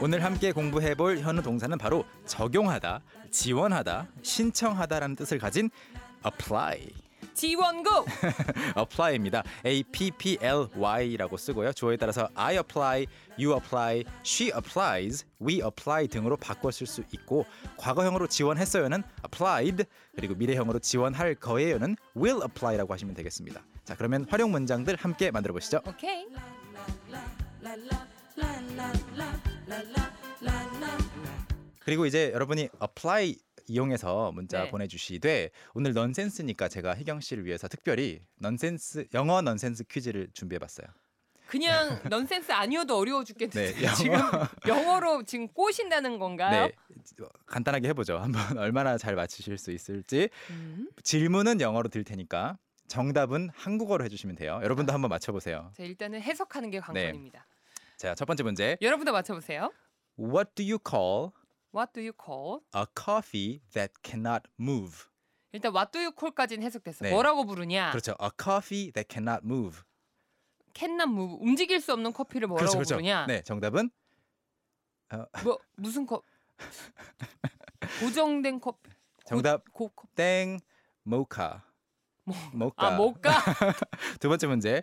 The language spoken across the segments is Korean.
오늘 함께 공부해 볼 현우 동사는 바로 적용하다, 지원하다, 신청하다라는 뜻을 가진 apply. 지원고 apply입니다. A P P L Y라고 쓰고요. 주어에 따라서 I apply, you apply, she applies, we apply 등으로 바꿔 쓸 수 있고 과거형으로 지원했어요는 applied 그리고 미래형으로 지원할 거예요는 will apply라고 하시면 되겠습니다. 자, 그러면 활용 문장들 함께 만들어 보시죠. 오케이 그리고 이제 여러분이 apply 이용해서 문자 네. 보내주시되 오늘 넌센스니까 제가 혜경 씨를 위해서 특별히 넌센스 영어 넌센스 퀴즈를 준비해봤어요. 그냥 넌센스 아니어도 어려워 죽겠는데 네, 영어. 지금 영어로 지금 꼬신다는 건가요? 네, 간단하게 해보죠. 한번 얼마나 잘 맞히실 수 있을지 음. 질문은 영어로 드릴 테니까 정답은 한국어로 해주시면 돼요. 여러분도 한번 맞춰보세요. 자 일단은 해석하는 게 관건입니다. 자, 첫 번째 문제. 여러분도 맞춰보세요. What do you call What do you call? a coffee that cannot move? 일단 What do you call까지는 해석됐어. 네. 뭐라고 부르냐? 그렇죠. A coffee that cannot move. 캔남 무브 움직일 수 없는 커피를 뭐라고 그렇죠, 그렇죠. 부르냐? 네, 정답은 뭐 무슨 컵? 고정된 컵. 고- 정답 고, 컵. 땡 모카. 모카. 아 모카. 두 번째 문제.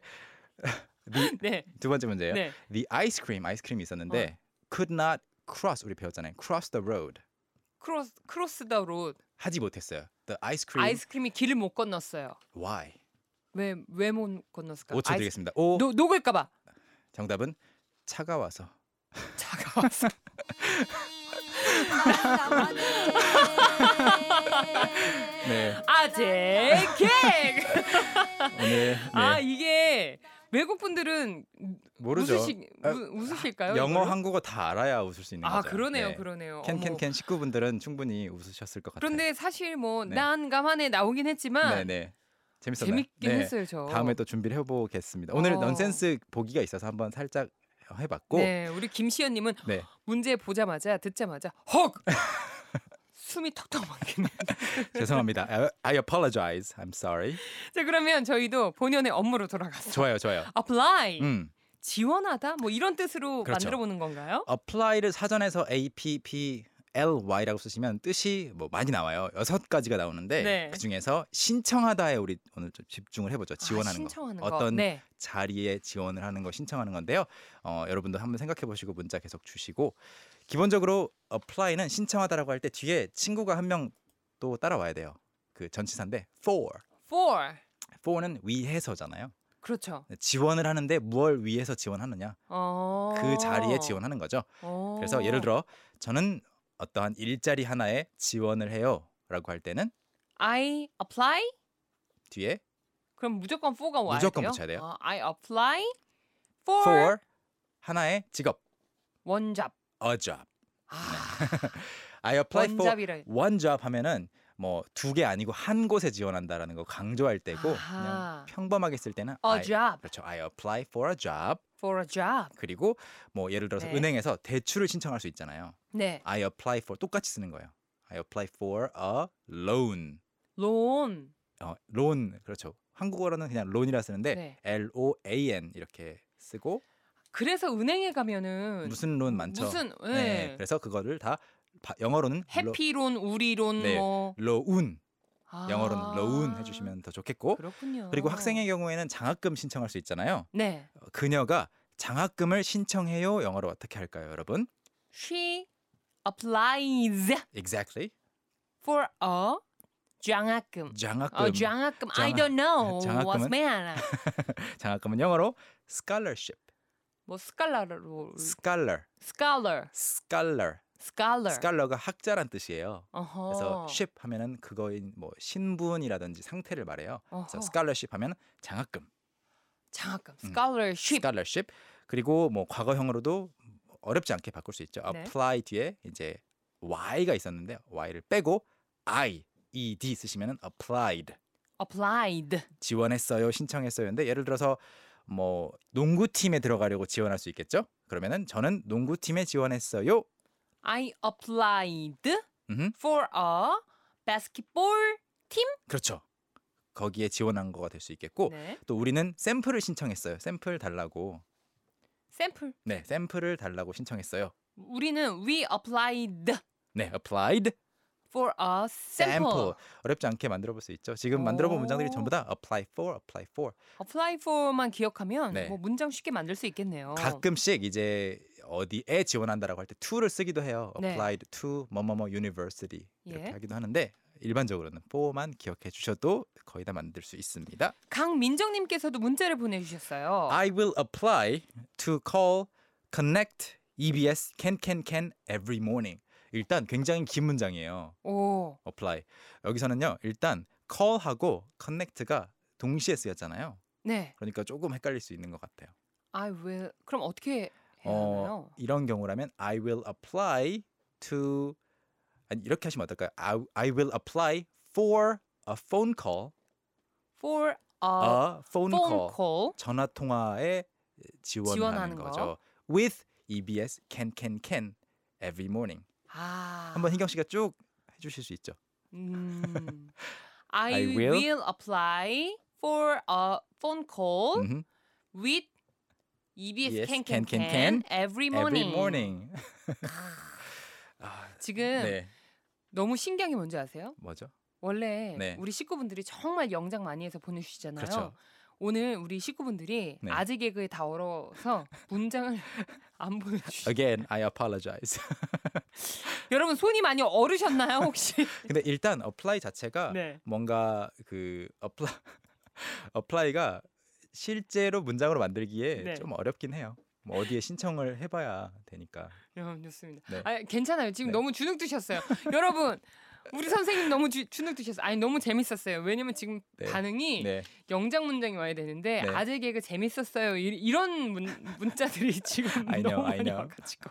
네. 두 번째 문제예요. 네. 어. The ice cream, 아이스크림이 있었는데 could not cross 우리 배웠잖아요. cross the road. 크로스 크로스 더 로드. 하지 못했어요. The ice cream. 아이스크림이 길을 못 건넜어요. why? 왜 왜 못 건넜을까? 5초 아이스- 드리겠습니다. 5. 그러니까 노, 녹을까봐 정답은 차가워서. 차가워서 네. 아재 객. 오늘 네. 아 이게 외국 분들은 모르죠. 웃으시, 아, 우, 웃으실까요? 영어, 이걸로? 한국어 다 알아야 웃을 수 있는 아 거죠. 그러네요, 네. 그러네요. 어머. 캔캔캔 식구분들은 충분히 웃으셨을 것 같아요. 그런데 사실 뭐 네. 난감한에 나오긴 했지만 네네. 재밌었나요? 재밌긴 네. 했어요 저. 다음에 또 준비를 해보겠습니다. 오늘 어. 넌센스 보기가 있어서 한번 살짝 해봤고 네. 네 우리 김시연님은 문제 보자마자 듣자마자 헉 숨이 턱턱 막히네. 죄송합니다. I, I apologize. I'm sorry. 자 그러면 저희도 본연의 업무로 돌아가서 예. 좋아요, 좋아요. apply 음. 지원하다 뭐 이런 뜻으로 그렇죠. 만들어 보는 건가요? apply를 사전에서 app ly라고 쓰시면 뜻이 뭐 많이 나와요. 여섯 가지가 나오는데 네. 그 중에서 신청하다에 우리 오늘 좀 집중을 해보죠. 지원하는 아, 신청하는 거. 어떤 네. 자리에 지원을 하는 거 신청하는 건데요. 어, 여러분도 한번 생각해 보시고 문자 계속 주시고 기본적으로 apply는 신청하다라고 할 때 뒤에 친구가 한 명 또 따라와야 돼요. 그 전치사인데 for. for for는 위해서잖아요. 그렇죠. 지원을 하는데 무얼 위해서 지원하느냐? 어. 그 자리에 지원하는 거죠. 어. 그래서 예를 들어 저는 어떠한 일자리 하나에 지원을 해요라고 할 때는 I apply 뒤에 그럼 무조건 for가 와야 무조건 돼요. 붙여야 돼요. 아, I apply for, for 하나의 직업 원잡. a job. 아, I 네. apply for 원잡이라. one job 하면은 뭐 두 게 아니고 한 곳에 지원한다라는 거 강조할 때고 아하. 그냥 평범하게 쓸 때는 A I, job 그렇죠. I apply for a job. for a job. 그리고 뭐 예를 들어서 네. 은행에서 대출을 신청할 수 있잖아요. 네. I apply for 똑같이 쓰는 거예요. I apply for a loan. loan. 어, 론 그렇죠. 한국어로는 그냥 론이라 쓰는데 네. L O A N 이렇게 쓰고 그래서 은행에 가면은 무슨 론 많죠. 그 무슨 네. 네. 그래서 그거를 다 바- 영어로는 해피론, 우리론 네. 뭐 로, 운 아. 영어로는 로운 해주시면 더 좋겠고 그렇군요. 그리고 학생의 경우에는 장학금 신청할 수 있잖아요. 네. 어, 그녀가 장학금을 신청해요. 영어로 어떻게 할까요, 여러분? she applies Exactly. for a 장학금. 장학금. 어, 장학금. I 장학- don't know. 뭐, 장학금은? what's man. 장학금은 영어로 scholarship. 뭐 스칼라로 scholar. scholar, scholar. scholar. scholar가 학자란 뜻이에요. 어허. 그래서 ship 하면은 그거인 뭐 신분이라든지 상태를 말해요. 그래서 어허. scholarship 하면 장학금, 장학금 음. scholarship. scholarship 그리고 뭐 과거형으로도 어렵지 않게 바꿀 수 있죠. 네. apply 뒤에 이제 y가 있었는데 y를 빼고 i, ed 쓰시면은 applied applied. 지원했어요, 신청했어요인데 예를 들어서 뭐 농구팀에 들어가려고 지원할 수 있겠죠? 그러면은 저는 농구팀에 지원했어요. I applied 음흠, for a basketball. 그렇죠. 거기에 지원한 거가 될 수 있겠고 네. 또 우리는 샘플을 신청했어요. 샘플 달라고. 샘플. 네, 샘플을 달라고 신청했어요. 우리는 we applied 네, applied for a sample. sample. 어렵지 않게 만들어 볼 수 있죠. 지금 만들어 본 문장들이 전부 다 apply for, apply for. apply for만 기억하면 네. 뭐 문장 쉽게 만들 수 있겠네요. 가끔씩 이제 어디에 지원한다라고 할 때 to를 쓰기도 해요. 네. applied to 뭐뭐뭐 university 이렇게 예. 하기도 하는데 일반적으로는 for만 기억해 주셔도 거의 다 만들 수 있습니다. 강민정님께서도 문자를 보내주셨어요. I will apply to call connect EBS can can can every morning. 일단 굉장히 긴 문장이에요. 오, apply. 여기서는요. 일단 call하고 connect가 동시에 쓰였잖아요. 네, 그러니까 조금 헷갈릴 수 있는 것 같아요. I will. 그럼 어떻게 해야 어, 하나요? 이런 경우라면 I will apply to 아니 이렇게 하시면 어떨까요? I, I will apply for a phone call. For a a 아, phone, phone call. call. 전화 통화에 지원하는, 지원하는 거. 거죠. With EBS can can can every morning. 아, 한번 희경 씨가 쭉 해주실 수 있죠. 음, I, I will- will. apply for a phone call 음흠. with EBS Yes, can, can, can, can, can, can. every morning. Every morning. 아, 지금 네, 너무 신기한 게 뭔지 아세요? 뭐죠? 원래 네. 우리 식구분들이 정말 영장 많이 해서 보내주시잖아요. 그렇죠. 오늘 우리 식구분들이 네. 아재 개그에 다 얼어서 문장을 안 보내주시. Again, I apologize. 여러분 손이 많이 얼으셨나요 혹시? 근데 일단 apply 자체가 네. 뭔가 그 apply apply가 실제로 문장으로 만들기에 네. 좀 어렵긴 해요. 뭐 어디에 신청을 해봐야 되니까. 여러분 좋습니다. 네. 아 괜찮아요. 지금 네. 너무 주눅 드셨어요. 여러분 우리 선생님 너무 주, 주눅 드셨어요. 아니 너무 재밌었어요. 왜냐면 지금 네. 반응이 네, 영장 문장이 와야 되는데 네. 아재 개그 재밌었어요. 이, 이런 문, 문자들이 지금 I know, 너무 I 많이 know. 와가지고.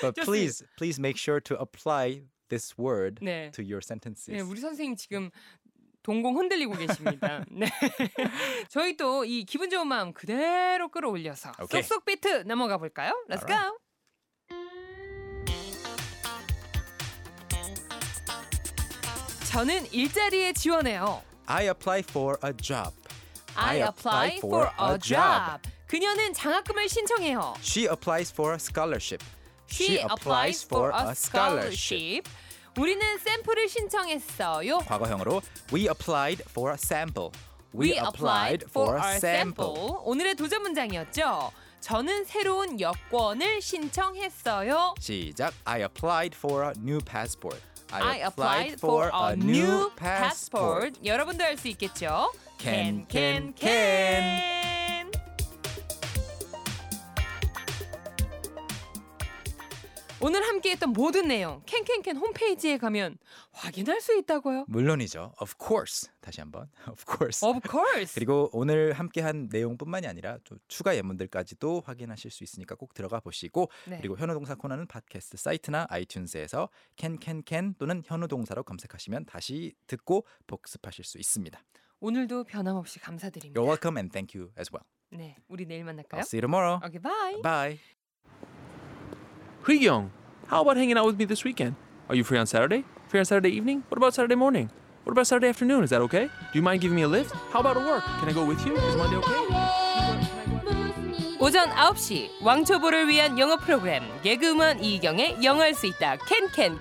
but Just- please, please make sure to apply this word 네. to your 네, sentences. 우리 선생님 지금 동공 흔들리고 계십니다. 네. 저희 또 이 기분 좋은 마음 그대로 끌어올려서 오케이. 쏙쏙 비트 넘어가 볼까요? Let's Alright. go. 저는 일자리에 지원해요. I apply for a job. I, apply for a job. 그녀는 장학금을 신청해요. She applies for a scholarship. She applies for a scholarship. 우리는 샘플을 신청했어요. 과거형으로 we applied for a sample. We applied for a sample. 오늘의 도전 문장이었죠. 저는 새로운 여권을 신청했어요. 시작. I applied for a new passport. I applied for a new passport. 여러분도 할 수 있겠죠? Can, can, can. 오늘 함께했던 모든 내용 캔캔캔 홈페이지에 가면 확인할 수 있다고요. 물론이죠. Of course. 다시 한번. Of course. Of course. 그리고 오늘 함께한 내용뿐만이 아니라 또 추가 예문들까지도 확인하실 수 있으니까 꼭 들어가 보시고 네. 그리고 현우 동사 코너는 팟캐스트 사이트나 아이튠즈에서 캔캔캔 또는 현우 동사로 검색하시면 다시 듣고 복습하실 수 있습니다. 네. 오늘도 변함없이 감사드립니다. You're welcome and thank you as well. 네, 우리 내일 만날까요? I'll see you tomorrow. Okay, bye. Bye. Young, how about hanging out with me this weekend? Are you free on Saturday? Free on Saturday evening? What about Saturday morning? What about Saturday afternoon? Is that okay? Do you mind giving me a lift? How about at work? Can I go with you? Is Monday okay? 오전 9시 왕초보를 위한 영어 프로그램 개그우먼 이경의 영어할 수 있다 캔캔캔